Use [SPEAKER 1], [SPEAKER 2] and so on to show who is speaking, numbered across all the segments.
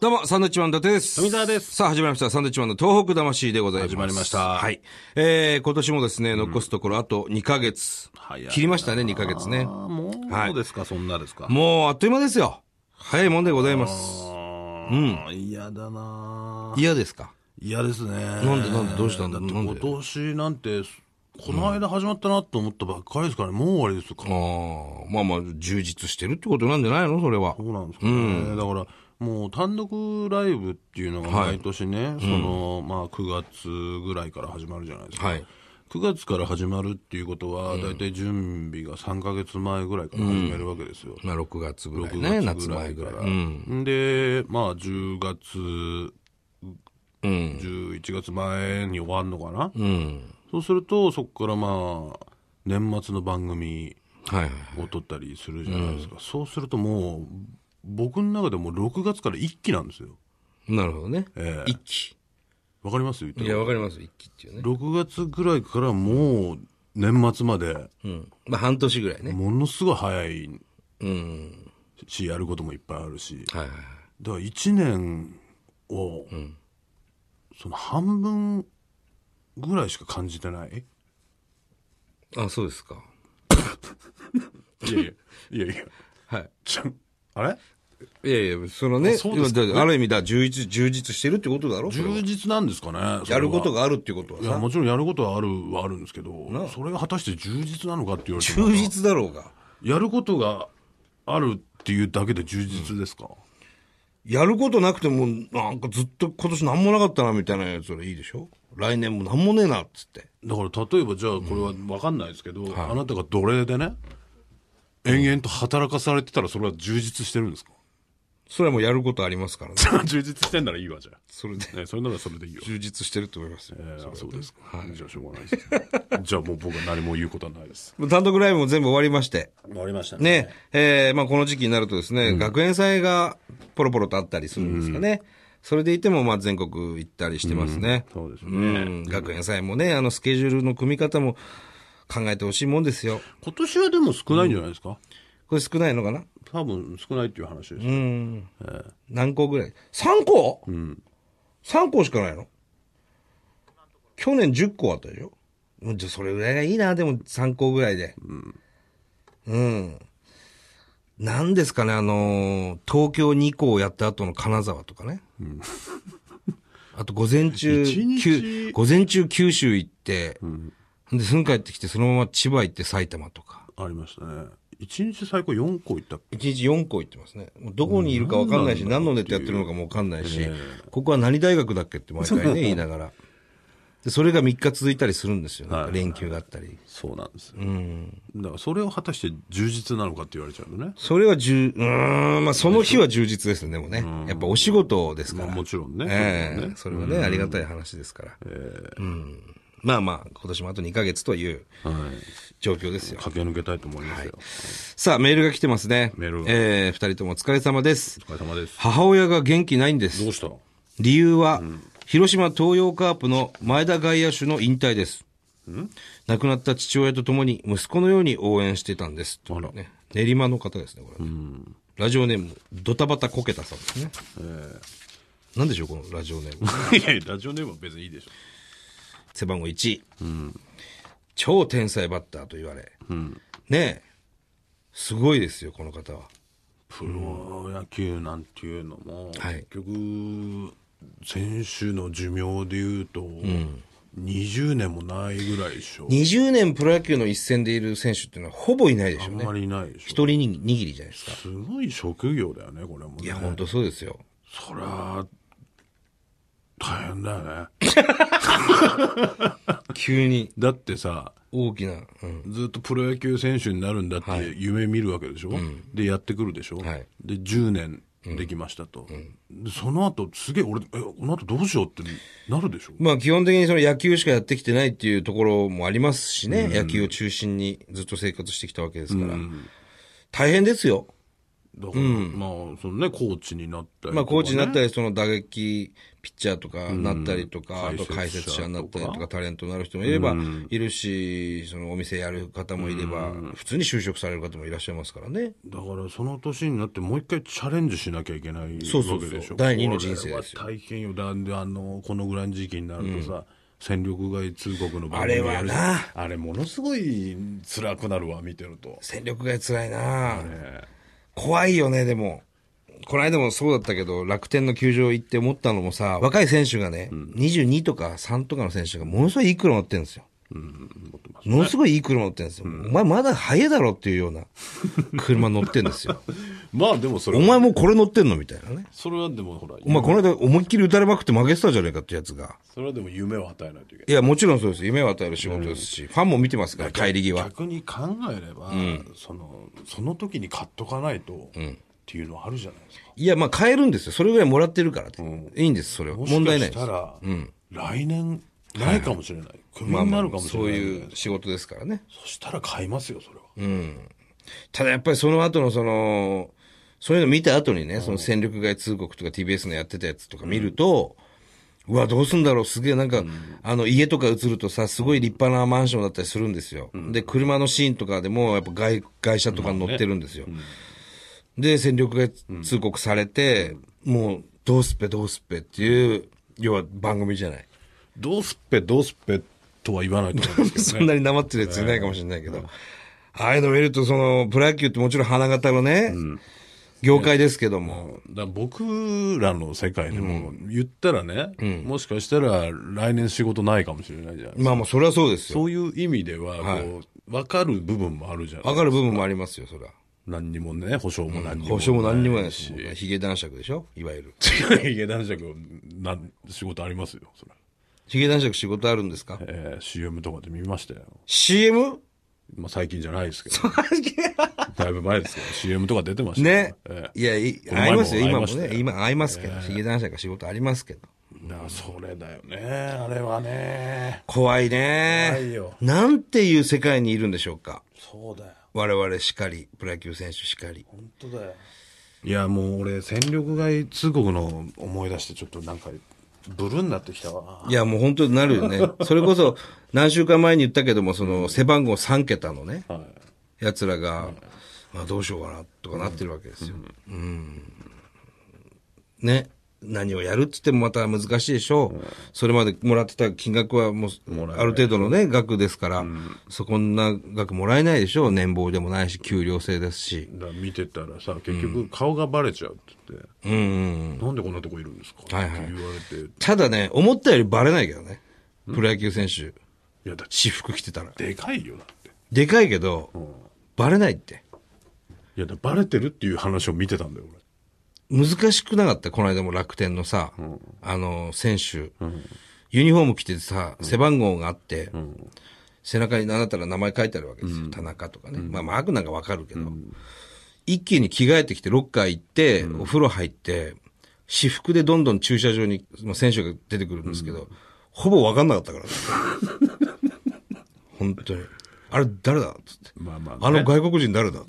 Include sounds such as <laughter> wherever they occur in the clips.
[SPEAKER 1] どうも、サンドウィッチマン伊達です。
[SPEAKER 2] 富澤です
[SPEAKER 1] さあ、始まりました。サンドウィッチマンの東北魂でございます。
[SPEAKER 2] 始まりました
[SPEAKER 1] はい。えー、今年もですね、残すところあと2ヶ月。
[SPEAKER 2] 早いな
[SPEAKER 1] 切りましたね、2ヶ月ね。
[SPEAKER 2] あもう、
[SPEAKER 1] はい
[SPEAKER 2] どうですか、そんなですか。
[SPEAKER 1] もう、あっという間ですよ。早いもんでございます。
[SPEAKER 2] うん。嫌だなぁ
[SPEAKER 1] 嫌ですか
[SPEAKER 2] 嫌ですね。
[SPEAKER 1] んでなんでどうしたんだ
[SPEAKER 2] って
[SPEAKER 1] なんで
[SPEAKER 2] 今年なんて、この間始まったなと思ったばっかりですからね、もう終わりですか。
[SPEAKER 1] あーまあまあ、充実してるってことなんじゃないのそれは
[SPEAKER 2] そ。うなんですかね。だから、もう単独ライブっていうのが毎年ね、その、まあ9月ぐらいから始まるじゃないですか。
[SPEAKER 1] はい
[SPEAKER 2] 9月から始まるっていうことは、だいたい準備が3ヶ月前ぐらいから始めるわけですよ。
[SPEAKER 1] まあ、6月ぐらい
[SPEAKER 2] 6
[SPEAKER 1] ね、
[SPEAKER 2] 月
[SPEAKER 1] 夏
[SPEAKER 2] ぐら
[SPEAKER 1] 前
[SPEAKER 2] い
[SPEAKER 1] ぐ
[SPEAKER 2] から
[SPEAKER 1] い。
[SPEAKER 2] ら。
[SPEAKER 1] うん。
[SPEAKER 2] で、まあ、10月、
[SPEAKER 1] うん。
[SPEAKER 2] 11月前に終わるのかな、
[SPEAKER 1] うん。
[SPEAKER 2] そうすると、そこからまあ、年末の番組
[SPEAKER 1] はいはい。
[SPEAKER 2] を撮ったりするじゃないですか。そうするともう、僕の中でもう6月から一期なんですよ。
[SPEAKER 1] なるほどね。
[SPEAKER 2] ええ
[SPEAKER 1] 一期。
[SPEAKER 2] わかります言って
[SPEAKER 1] い
[SPEAKER 2] る
[SPEAKER 1] や、わかります。一期っていうね。
[SPEAKER 2] 6月ぐらいからもう、年末まで、
[SPEAKER 1] うん。まあ、半年ぐらいね。
[SPEAKER 2] ものすごい早い
[SPEAKER 1] うん。
[SPEAKER 2] し、やることもいっぱいあるし。
[SPEAKER 1] はいはいはい。
[SPEAKER 2] だから1年を、その半分ぐらいしか感じてない
[SPEAKER 1] あ、そうですか。
[SPEAKER 2] いやいや、いやいや、
[SPEAKER 1] はい。
[SPEAKER 2] ちゃん、あれ
[SPEAKER 1] いやいや、そのね、
[SPEAKER 2] そうですか
[SPEAKER 1] 今だある意味だ、充実、充実してるってことだろそれは
[SPEAKER 2] 充実なんですかね
[SPEAKER 1] やること
[SPEAKER 2] が
[SPEAKER 1] があるってことはい
[SPEAKER 2] や
[SPEAKER 1] さ。
[SPEAKER 2] もちろんやることはあるはあるんですけ
[SPEAKER 1] なあ
[SPEAKER 2] どそれが果たして充実なのかって言われても
[SPEAKER 1] 充実だろうが。
[SPEAKER 2] やることがあるっていうだけで充実ですか、
[SPEAKER 1] やることなくても、なんかずっと今年何もなかったな、みたいなやつらいいでしょ来年も何もねえな、っつって。
[SPEAKER 2] だから例えばじゃあこれは分かんないですけど、あなたが奴隷でね延々と働かされてたらそれは充実してるんですか
[SPEAKER 1] それはもうやることありますからね。
[SPEAKER 2] <laughs> 充実してんならいいわじゃ
[SPEAKER 1] それで、
[SPEAKER 2] あ、ね、それならそれでいいよ
[SPEAKER 1] 充実してると思いますよ。
[SPEAKER 2] えーそうですか、じゃあしょうがないです <laughs> じゃあもう僕は何も言うことはないです
[SPEAKER 1] もう単独ライブも全部終わりまして。
[SPEAKER 2] 終わりました
[SPEAKER 1] ね、えーまあこの時期になるとですね、学園祭がポロポロとあったりするんですかね。それでいても、まあ全国行ったりしてますね。
[SPEAKER 2] そうですね
[SPEAKER 1] うん学園祭もね、あのスケジュールの組み方も考えてほしいもんですよ。
[SPEAKER 2] 今年はでも少ないんじゃないですか、
[SPEAKER 1] これ少ないのかな
[SPEAKER 2] 多分少ないっていう話です、
[SPEAKER 1] うん。何校ぐらい ?3 校
[SPEAKER 2] ん
[SPEAKER 1] ?3 校しかないの去年10校あったでしょうんじゃあそれぐらいがいいな、でも3校ぐらいで。うん。なんですかね、あのー東京2校やった後の金沢とかね。あと午前中、
[SPEAKER 2] 一日
[SPEAKER 1] きゅ午前中九州行って、で、すぐ帰ってきて、そのまま千葉行って埼玉とか。
[SPEAKER 2] ありましたね一日最高4個行ったっけ
[SPEAKER 1] 1日4校行ってますね。もうどこにいるか分かんないし、何のネタやってるのかも分かんないし、ここは何大学だっけって毎回ね、言いながら。で、それが3日続いたりするんですよ、ね
[SPEAKER 2] はい
[SPEAKER 1] 連休があったり。
[SPEAKER 2] そうなんですよ、だからそれを果たして充実なのかって言われちゃうのね、
[SPEAKER 1] それは十、うーん、まあその日は充実ですね、でもね。やっぱお仕事ですか
[SPEAKER 2] まあ、
[SPEAKER 1] ら。
[SPEAKER 2] もちろんね,、
[SPEAKER 1] ええ
[SPEAKER 2] ね
[SPEAKER 1] それはね、ありがたい話ですから。うんまあまあ、今年もあと2ヶ月という
[SPEAKER 2] はい、
[SPEAKER 1] 状況ですよ。
[SPEAKER 2] 駆け抜けたいと思いますよ、
[SPEAKER 1] さあ、メールが来てますね。
[SPEAKER 2] メールが
[SPEAKER 1] えー、二人ともお疲れ様です。
[SPEAKER 2] お疲れ様です
[SPEAKER 1] 母親が元気ないんです
[SPEAKER 2] どう。した
[SPEAKER 1] 理由は、広島東洋カープの前田外野手の引退です。亡くなった父親と共に息子のように応援してたんです。
[SPEAKER 2] あら
[SPEAKER 1] ね練馬の方ですね、これ、ラジオネーム、ドタバタコケタさんですね。なんでしょう、このラジオネーム。
[SPEAKER 2] <laughs> いやいやラジオネームは別にいいでしょ
[SPEAKER 1] 背番号1、超天才バッターと言われ、ねえ、すごいですよ、この方は。
[SPEAKER 2] プロ野球なんていうのも、
[SPEAKER 1] はい
[SPEAKER 2] 結局選手の寿命でいうと、20年もないぐらいでしょ
[SPEAKER 1] 20年プロ野球の一戦でいる選手っていうのはほぼいないでし
[SPEAKER 2] あ
[SPEAKER 1] ょうんね。
[SPEAKER 2] まりいないでしょ
[SPEAKER 1] 一人に握りじゃないですか。
[SPEAKER 2] すごい職業だよねこれもね
[SPEAKER 1] いや、本当そうですよ。
[SPEAKER 2] そりゃ大変だよね
[SPEAKER 1] 急に
[SPEAKER 2] だってさ
[SPEAKER 1] 大きな、うん、
[SPEAKER 2] ずっとプロ野球選手になるんだって夢見るわけでしょ、でやってくるでしょ、
[SPEAKER 1] はい
[SPEAKER 2] で10年できましたと、でその後すげえ俺えこの後どうしようってなるでしょ
[SPEAKER 1] まあ基本的にその野球しかやってきてないっていうところもありますしね、野球を中心にずっと生活してきたわけですから、大変ですよ。
[SPEAKER 2] だから、まあ、そのね、コーチになったりとかね
[SPEAKER 1] まあ、コーチになったり、その打撃ピッチャーとかなったりとか、
[SPEAKER 2] う
[SPEAKER 1] あ
[SPEAKER 2] ん
[SPEAKER 1] と解説者になったりと
[SPEAKER 2] 解説者と
[SPEAKER 1] か、タレントになる人もいれば、いるし、そのお店やる方もいれば、普通に就職される方もいらっしゃいますからね。
[SPEAKER 2] だからその年になってもう一回チャレンジしなきゃいけない
[SPEAKER 1] そうそうそう
[SPEAKER 2] わけでしょ
[SPEAKER 1] 第二の人生ですよ
[SPEAKER 2] これは大変よだんであのこのぐらいの時期になるとさ、戦力外通告の番
[SPEAKER 1] あ
[SPEAKER 2] 組
[SPEAKER 1] れ
[SPEAKER 2] や
[SPEAKER 1] は
[SPEAKER 2] る
[SPEAKER 1] な
[SPEAKER 2] あれものすごい辛くなるわ見てると、
[SPEAKER 1] 戦力外辛いなぁ
[SPEAKER 2] え
[SPEAKER 1] 怖いよね、でも。この間もそうだったけど、楽天の球場行って思ったのもさ、若い選手がね、22とか3とかの選手がものすごいいい車乗ってるんですよ。ものすごいいい車乗ってるんですよ。お前まだ早いだろっていうような <laughs> 車乗ってるんですよ。
[SPEAKER 2] まあでもそれ
[SPEAKER 1] お
[SPEAKER 2] は
[SPEAKER 1] 前もうこれ乗ってんのみたいなね。
[SPEAKER 2] それはでもほら
[SPEAKER 1] お前この間思いっきり打たれまくって負けてたじゃねえかってやつが。
[SPEAKER 2] それはでも夢を与えないといけない
[SPEAKER 1] いや、もちろんそうです。夢を与える仕事ですし、ファンも見てますから、帰り際。
[SPEAKER 2] 逆に考えれば、そのその時に買っとかないと、っていうのはあるじゃないですか
[SPEAKER 1] いや、まあ買えるんですよ。それぐらいもらってるからねいいんです、それは。
[SPEAKER 2] もし
[SPEAKER 1] 問
[SPEAKER 2] か
[SPEAKER 1] 題ない
[SPEAKER 2] し
[SPEAKER 1] です
[SPEAKER 2] た。ら、来年ないかもしれない、クビ
[SPEAKER 1] まあ
[SPEAKER 2] に
[SPEAKER 1] ま
[SPEAKER 2] な
[SPEAKER 1] あ
[SPEAKER 2] るかも、しれ
[SPEAKER 1] そ
[SPEAKER 2] な
[SPEAKER 1] う
[SPEAKER 2] い、
[SPEAKER 1] いう仕事ですからね。
[SPEAKER 2] そしたら買いますよ、それは。
[SPEAKER 1] ただやっぱりその後のその、そういうの見た後にね、その戦力外通告とか TBS のやってたやつとか見ると、うわ、どうすんだろう、すげえなんか、あの、家とか映るとさ、すごい立派なマンションだったりするんですよ。で、車のシーンとかでも、やっぱ外、外車とかに乗ってるんですよ。で、戦力外通告されて、もう、どうすっぺ、どうすっぺっていう、要は番組じゃない。
[SPEAKER 2] どうすっぺ、どうすっぺとは言わないと思いますけど
[SPEAKER 1] そ
[SPEAKER 2] <laughs>
[SPEAKER 1] んなになまってるやついないかもしれないけど、ああいうの見ると、その、プロ野球ってもちろん花形のね、業界ですけども、
[SPEAKER 2] だから僕らの世界でも、言ったらね、もしかしたら来年仕事ないかもしれないじゃないですか。
[SPEAKER 1] まあもうそれはそうですよ。
[SPEAKER 2] そういう意味では、こう、分かる部分もあるじゃない
[SPEAKER 1] わかる部分もありますよ、それは。
[SPEAKER 2] 何にもね、保証も何にもない。
[SPEAKER 1] 保証も
[SPEAKER 2] <laughs>
[SPEAKER 1] 何にもないし、
[SPEAKER 2] し
[SPEAKER 1] も。うヒゲ男爵でしょいわゆ
[SPEAKER 2] <laughs>
[SPEAKER 1] る。
[SPEAKER 2] ヒゲ男爵、なん仕事ありますよ、それ。
[SPEAKER 1] ヒゲ男爵仕事あるんですか
[SPEAKER 2] えー CM とかで見ましたよ。 <laughs>
[SPEAKER 1] ?CM?
[SPEAKER 2] まあ最近じゃないですけ <laughs> ど。だいぶ前ですけど、CM とか出てましたよ
[SPEAKER 1] ね
[SPEAKER 2] ええ。
[SPEAKER 1] いや、い
[SPEAKER 2] この
[SPEAKER 1] 合
[SPEAKER 2] 前
[SPEAKER 1] い
[SPEAKER 2] も
[SPEAKER 1] ますよ、今も
[SPEAKER 2] 会い
[SPEAKER 1] ね。
[SPEAKER 2] ましたよ
[SPEAKER 1] 今会いますけど、ヒゲ男爵仕事ありますけど。
[SPEAKER 2] だからそれだよねあれはね
[SPEAKER 1] 怖いね
[SPEAKER 2] 怖いよ
[SPEAKER 1] なんていう世界にいるんでしょうか
[SPEAKER 2] そうだよ
[SPEAKER 1] 我々しかり、プロ野球選手しかり。
[SPEAKER 2] 本当だよいやもう俺戦力外通告の思い出してちょっとなんかブルーになってきたわ
[SPEAKER 1] いや、もう本当になるよ <laughs> ね。それこそ、何週間前に言ったけども、その、背番号3桁のね、
[SPEAKER 2] はい
[SPEAKER 1] 奴らが、まあどうしようかな、とかなってるわけですよ。うん。ね。何をやるって言ってもまた難しいでしょう。それまでもらってた金額はもう、ある程度のね、額ですから、そこんな額もらえないでしょう。年俸でもないし、給料制ですし。
[SPEAKER 2] だから見てたらさ結局顔がバレちゃうって言って、
[SPEAKER 1] うんうん。
[SPEAKER 2] なんでこんなとこいるんですか、
[SPEAKER 1] はいはい
[SPEAKER 2] って言われてい
[SPEAKER 1] ただね、思ったよりバレないけどね。プロ野球選手、
[SPEAKER 2] やだって
[SPEAKER 1] 私服着てたら。
[SPEAKER 2] でかいよだって
[SPEAKER 1] でかいけど、バレないって。
[SPEAKER 2] いやだバレてるっていう話を見てたんだよ
[SPEAKER 1] 難しくなかったこの間も楽天のさ、あの、選手、ユニフォーム着てさ、背番号があって、背中に何だったら名前書いてあるわけですよ。田中とかね。まあ、マークなんかわかるけど、一気に着替えてきて、ロッカー行って、お風呂入って、私服でどんどん駐車場にまあ選手が出てくるんですけど、ほぼわかんなかったから、ね、 <laughs> 本当に。あれ、誰だつって。
[SPEAKER 2] 俺まあまあ、ね、
[SPEAKER 1] あの外国人誰だ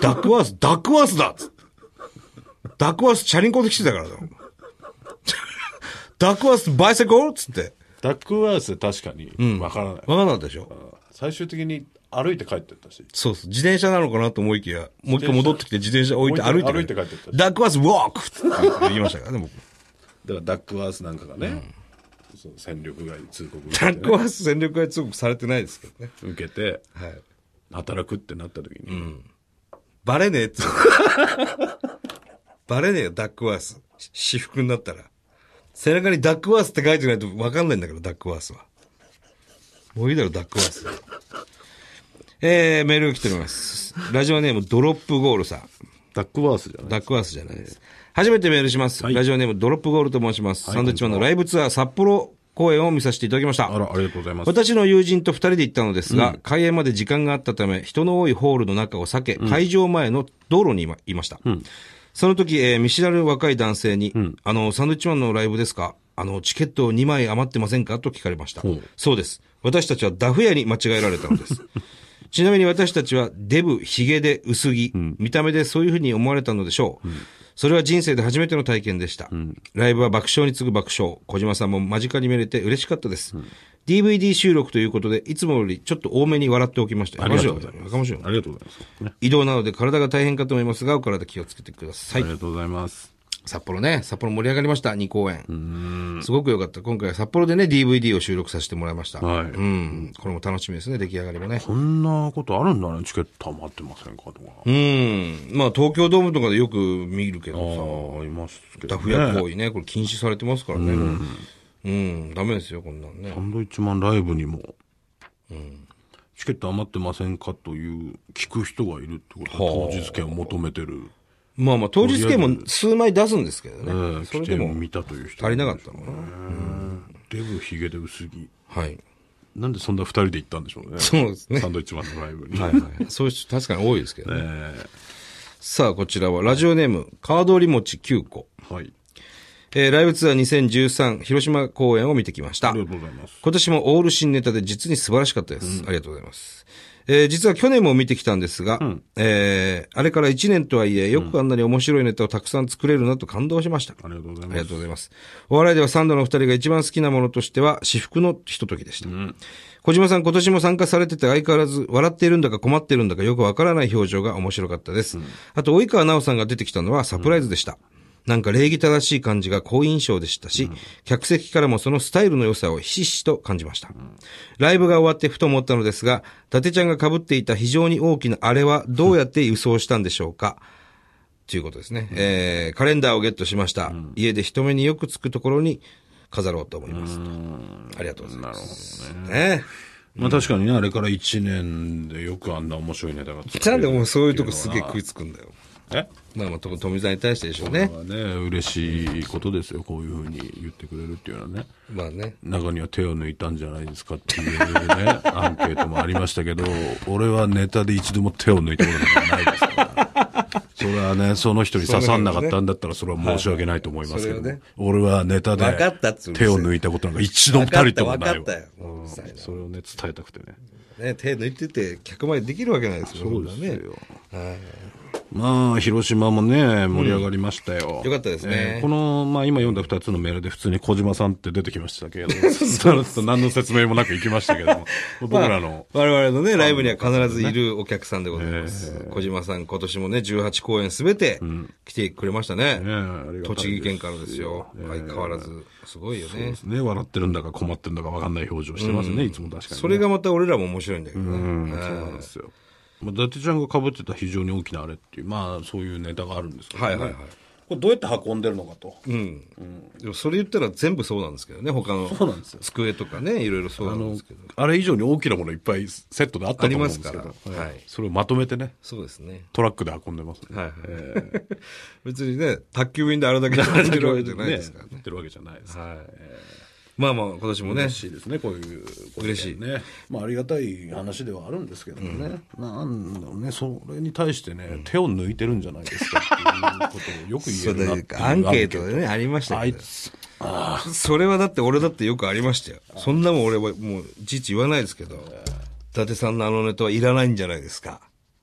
[SPEAKER 1] ダックワース、ダックワースだダックワースチャリンコで来てたからだろ。ダックワースバイセコーつって。
[SPEAKER 2] ダックワース確かにわからない、
[SPEAKER 1] わかんなかったでしょ
[SPEAKER 2] 最終的に歩いて帰ってったし
[SPEAKER 1] そうそう。自転車なのかなと思いきや、もう一回戻ってきて自転車置いて歩いて
[SPEAKER 2] 歩いて帰ってった
[SPEAKER 1] ダックワースウォークって言いましたから
[SPEAKER 2] <laughs>
[SPEAKER 1] ね、僕。
[SPEAKER 2] だからダックワースなんかがね、そう戦力外通告受け
[SPEAKER 1] ダ
[SPEAKER 2] て,、 <laughs>
[SPEAKER 1] ックワース戦力外通告されてないですけどね。
[SPEAKER 2] 受けて
[SPEAKER 1] はい。
[SPEAKER 2] 働くってなった時に、
[SPEAKER 1] バレねえ <laughs> っつうのバレねえよ、ダックワース。し私服になったら。背中にダックワースって書いてないと分かんないんだから、ダックワースは。もういいだろ、ダックワース。えー、メールが来ております。ラジオネーム、ドロップゴールさん。
[SPEAKER 2] ダックワースじゃない
[SPEAKER 1] ダックワースじゃないです。初めてメールします。ラジオネーム、ドロップゴールと申します。サンドイッチマンのライブツアー、札幌公演を見させていただきました。
[SPEAKER 2] あらありがとうございます
[SPEAKER 1] 私の友人と二人で行ったのですが、開演まで時間があったため、人の多いホールの中を避け、会場前の道路にいまいました。その時、えー見知らぬ若い男性に、あの、サンドイッチマンのライブですかあの、チケット2枚余ってませんかと聞かれました
[SPEAKER 2] ほう。
[SPEAKER 1] そうです。私たちはダフ屋に間違えられたのです。ちなみに私たちはデブ、ヒゲで薄着、見た目でそういうふうに思われたのでしょう。それは人生で初めての体験でした。ライブは爆笑に次ぐ爆笑。小島さんも間近に見れて嬉しかったです。DVD 収録ということで、いつもよりちょっと多めに笑っておきました。
[SPEAKER 2] ありがとうござい
[SPEAKER 1] や
[SPEAKER 2] ま
[SPEAKER 1] か
[SPEAKER 2] す。
[SPEAKER 1] ましいよ
[SPEAKER 2] ありがとうございます。ね
[SPEAKER 1] 移動なので体が大変かと思いますが、お体気をつけてくださ
[SPEAKER 2] あ
[SPEAKER 1] い。
[SPEAKER 2] りがとうございます。
[SPEAKER 1] 札幌ね、札幌盛り上がりました、2公演。すごく良かった。今回は札幌でね、DVD を収録させてもらいました。
[SPEAKER 2] はい
[SPEAKER 1] うん。これも楽しみですね、出来上がりもね。
[SPEAKER 2] こんなことあるんだね、チケット余ってませんかとか。
[SPEAKER 1] うん。まあ、東京ドームとかでよく見るけ
[SPEAKER 2] あ
[SPEAKER 1] どさ、
[SPEAKER 2] あ、いますけ
[SPEAKER 1] ダ
[SPEAKER 2] どね。
[SPEAKER 1] フ屋行為ね、これ禁止されてますからね。うん。ダメですよ、こんなんね
[SPEAKER 2] サ。ンドイッチマンライブにも、チケット余ってませんかという、聞く人がいるってこと
[SPEAKER 1] はあ
[SPEAKER 2] で、当日券を求めてる。
[SPEAKER 1] まあまあ、当日券も数枚出すんですけど
[SPEAKER 2] ええ
[SPEAKER 1] ね。そ
[SPEAKER 2] 来
[SPEAKER 1] れ
[SPEAKER 2] て
[SPEAKER 1] でも
[SPEAKER 2] 見たという人
[SPEAKER 1] 足りなかっ
[SPEAKER 2] っ
[SPEAKER 1] たのかな。
[SPEAKER 2] デブ、ヒゲで薄着。
[SPEAKER 1] はい。 <laughs>
[SPEAKER 2] なんでそんな二人で行ったんでしょうね。
[SPEAKER 1] そうですね
[SPEAKER 2] サンドイッチマンのライブに。
[SPEAKER 1] はいはい。そういう人確かに多いですけどね。
[SPEAKER 2] え
[SPEAKER 1] さあ、こちらはラジオネーム、カードリモチ9個。
[SPEAKER 2] えはい。
[SPEAKER 1] えーライブツアー2013広島公演を見てきました
[SPEAKER 2] あ。りがとうございます。
[SPEAKER 1] 今年もオール新ネタで実に素晴らしかったです。ありがとうございます。えー実は去年も見てきたんですが、えーあれから1年とはいえ、よくあんなに面白いネタをたくさん作れるなと感動しました。
[SPEAKER 2] ありがとうござい
[SPEAKER 1] あ
[SPEAKER 2] ま
[SPEAKER 1] り
[SPEAKER 2] す
[SPEAKER 1] が。とうございます。お笑いではサンドのお二人が一番好きなものとしては、私服のひとときでした。小島さん、今年も参加されてて相変わらず、笑っているんだか困っているんだかよくわからない表情が面白かったです。あと、及川奈緒さんが出てきたのはサプライズでした。なんか礼儀正しい感じが好印象でしたし、客席からもそのスタイルの良さをひしひしと感じました。ライブが終わってふと思ったのですが、伊達ちゃんが被っていた非常に大きなあれはどうやって輸送したんでしょうか、ということですね。えー、カレンダーをゲットしました。家で人目によくつくところに飾ろうと思います。ありがとうございます。なるほどね。
[SPEAKER 2] まあ確かにね、あれから1年でよくあんな面白いネタが作れる
[SPEAKER 1] なんでもうそういうとこすげえ食いつくんだよ。
[SPEAKER 2] え
[SPEAKER 1] まあまあ、と富澤に対してでしょうね。
[SPEAKER 2] まあね、嬉しいことですよ。こういうふうに言ってくれるっていうのはね。
[SPEAKER 1] まあね。
[SPEAKER 2] 中には手を抜いたんじゃないですかって
[SPEAKER 1] <laughs>
[SPEAKER 2] いうね、アンケートもありましたけど、俺はネタで一度も手を抜いたことがないですから。それはね、その人に刺さんなかったんだったら、それは申し訳ないと思いますけ
[SPEAKER 1] は
[SPEAKER 2] ど、
[SPEAKER 1] いそれをね
[SPEAKER 2] 俺はネタ
[SPEAKER 1] わかった
[SPEAKER 2] で
[SPEAKER 1] っつうの
[SPEAKER 2] 手を抜いたことなんか一度もたりとも
[SPEAKER 1] わか
[SPEAKER 2] な
[SPEAKER 1] った
[SPEAKER 2] い
[SPEAKER 1] わ
[SPEAKER 2] わ
[SPEAKER 1] かったよ。もううるさい
[SPEAKER 2] それをね、伝えたくてね。
[SPEAKER 1] なね、手抜いてて、客前できるわけないですよ。
[SPEAKER 2] そうですよ
[SPEAKER 1] ね。
[SPEAKER 2] まあ、広島もね、盛り上がりましたよ。
[SPEAKER 1] よかったですね
[SPEAKER 2] えーこの、まあ今読んだ二つのメールで普通に小島さんって出てきました
[SPEAKER 1] <laughs>
[SPEAKER 2] けれども、その人何の説明もなく行きましたけども、僕らの、
[SPEAKER 1] まあ我々のね、ライブには必ずいるお客さんでございます。小島さん、今年もね、18公演すべて来てくれましたね。
[SPEAKER 2] ねありがたいです
[SPEAKER 1] 栃木県からですよ。
[SPEAKER 2] ええ
[SPEAKER 1] 相変わらず、すごいよね。
[SPEAKER 2] ね、笑ってるんだか困ってるんだか分かんない表情してますね、いつも確かにね、
[SPEAKER 1] それがまた俺らも面白いんだけど
[SPEAKER 2] うん、
[SPEAKER 1] ね。
[SPEAKER 2] そうなんですよ。まあ、伊達ちゃんが被ってた非常に大きなあれっていう、まあそういうネタがあるんですけど、
[SPEAKER 1] はいはいはい。
[SPEAKER 2] これどうやって運んでるのかと。
[SPEAKER 1] うん。でもそれ言ったら全部そうなんですけどね、他の
[SPEAKER 2] そうなんですよ
[SPEAKER 1] 机とかね、いろいろそうなんですけど。
[SPEAKER 2] あれ以上に大きなものいっぱいセットであったと思うんですけ
[SPEAKER 1] あり
[SPEAKER 2] ど
[SPEAKER 1] ま、すからはい
[SPEAKER 2] それをまとめてね、
[SPEAKER 1] そうですね。
[SPEAKER 2] トラックで運んでますね。 <laughs>
[SPEAKER 1] はいはい。別にね、宅急便であれだけ並んでるわけじゃないです <laughs> からね。
[SPEAKER 2] ね。ってるわけじゃないです。
[SPEAKER 1] はい。まあまあ、今年もね
[SPEAKER 2] 嬉、しいですね、こういうことね
[SPEAKER 1] 嬉しい
[SPEAKER 2] ね。まあ、ありがたい話ではあるんですけどもね。なんだろうね、それに対してね、手を抜いてるんじゃないですかっていうことをよく
[SPEAKER 1] そ
[SPEAKER 2] 言えるなって
[SPEAKER 1] れ
[SPEAKER 2] いう
[SPEAKER 1] アンケートでね、ありました
[SPEAKER 2] あ
[SPEAKER 1] け
[SPEAKER 2] い
[SPEAKER 1] ど。
[SPEAKER 2] つ、
[SPEAKER 1] それはだって俺だってよくありましたよ。そんなもん俺はもう、いちいち言わないですけど、伊達さんのあのネタはいらないんじゃないですか。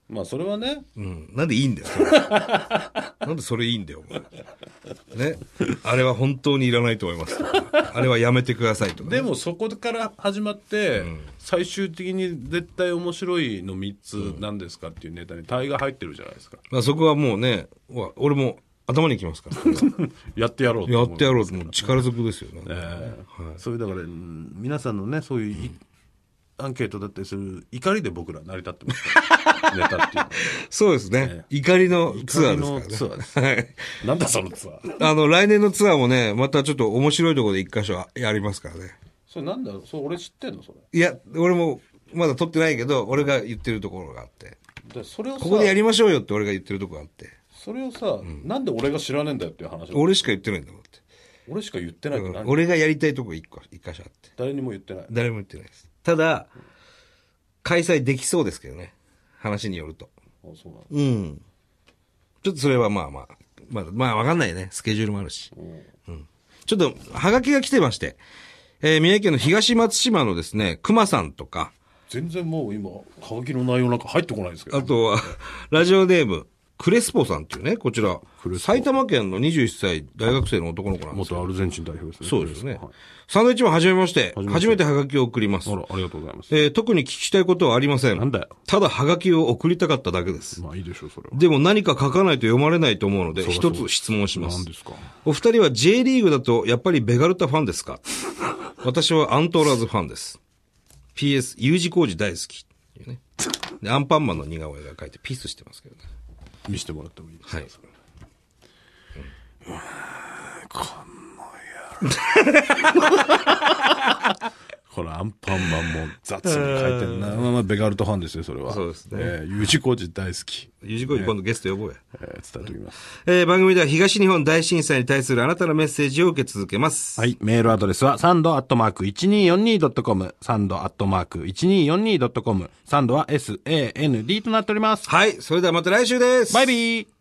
[SPEAKER 2] まあ、それはね、
[SPEAKER 1] うん。なんでいいんだよ、それ <laughs> なんでそれいいんだよ、お前ね。あれは本当にいらないと思いますとか。あれはやめてくださいとかね、
[SPEAKER 2] でもそこから始まって、最終的に絶対面白いの3つなんですかっていうネタに大概入ってるじゃない <laughs> ですか。
[SPEAKER 1] まあそこはもうね、うわ俺も頭にきますから。
[SPEAKER 2] <laughs> やってやろうと
[SPEAKER 1] や
[SPEAKER 2] 思う
[SPEAKER 1] ってやろうと、もう力ずくですよね。
[SPEAKER 2] ええそういうだから、うん皆さんのねそういうい、アンケートだったりする怒りで僕ら成り立ってますか
[SPEAKER 1] <laughs>
[SPEAKER 2] らネタっていうのは
[SPEAKER 1] そうですね。怒りのツアー
[SPEAKER 2] 怒りの
[SPEAKER 1] です
[SPEAKER 2] ツア
[SPEAKER 1] からね
[SPEAKER 2] ーで。
[SPEAKER 1] はい。
[SPEAKER 2] なんだそのツアー
[SPEAKER 1] あの、来年のツアーもね、またちょっと面白いところで一箇所あやりますからね。
[SPEAKER 2] それなんだそれ俺知ってんのそれ
[SPEAKER 1] いや、俺も、まだ撮ってないけど、俺が言ってるところがあって。
[SPEAKER 2] だからそれをさ
[SPEAKER 1] ここでやりましょうよって俺が言ってるところがあって。
[SPEAKER 2] それをさ、なんで俺が知らねえんだよっていう話俺
[SPEAKER 1] 俺しか言ってないんだもんって。
[SPEAKER 2] 俺しか言ってないって何
[SPEAKER 1] 俺がやりたいとこ一個、一箇所あって。
[SPEAKER 2] 誰にも言ってない
[SPEAKER 1] 誰も言ってないです。ただ、開催できそうですけどね。話によると。
[SPEAKER 2] あそうなの
[SPEAKER 1] うん。ちょっとそれはまあまあ。まあ、まあわかんないね。スケジュールもあるし。うん。ちょっと、はがきが来てまして。えー、宮城県の東松島のですね、熊さんとか、
[SPEAKER 2] 全然もう今、歌舞伎の内容なんか入ってこないですけど。
[SPEAKER 1] あとは、 <laughs> ラジオネーム、クレスポさんっていうね、こちら
[SPEAKER 2] クレ、スポ
[SPEAKER 1] 埼玉県の21歳大学生の男の子なんです。
[SPEAKER 2] 元アルゼンチン代表ですね。
[SPEAKER 1] そうですね
[SPEAKER 2] はい。
[SPEAKER 1] サンドイッチマンはじめまして、
[SPEAKER 2] めまして
[SPEAKER 1] 初めてハガキを送ります
[SPEAKER 2] あ。ら、ありがとうございます。
[SPEAKER 1] えー特に聞きたいことはありません。
[SPEAKER 2] なんだよ
[SPEAKER 1] ただハガキを送りたかっただけです。
[SPEAKER 2] まあいいでしょう、それは。
[SPEAKER 1] でも何か書かないと読まれないと思うので、
[SPEAKER 2] そうだそ
[SPEAKER 1] 一
[SPEAKER 2] うだ
[SPEAKER 1] つ質問しま
[SPEAKER 2] 何
[SPEAKER 1] す。
[SPEAKER 2] ですか
[SPEAKER 1] お二人は J リーグだとやっぱりベガルタファンです
[SPEAKER 2] <laughs>
[SPEAKER 1] か私はアントラーズファンです。PS、U 字工事大好きっていうね。でアンパンマンの似顔絵が書いてピースしてますけどね。
[SPEAKER 2] 見せてもらってもいいですか
[SPEAKER 1] はい
[SPEAKER 2] それこのアンパンマンも雑に書いてんな。まあまあ、ベガルトファンですよ、それは。
[SPEAKER 1] そうですね
[SPEAKER 2] えー U 字工事大好き。
[SPEAKER 1] U 字工事今度ゲスト呼ぼうや。
[SPEAKER 2] えー伝えておきます。
[SPEAKER 1] えー番組では東日本大震災に対するあなたのメッセージを受け続けます。
[SPEAKER 2] はい。メールアドレスは、サンドアットマーク 1242.com、サンドアットマーク 1242.com、サンドは SAND となっております。
[SPEAKER 1] はい。それではまた来週です。
[SPEAKER 2] バイビー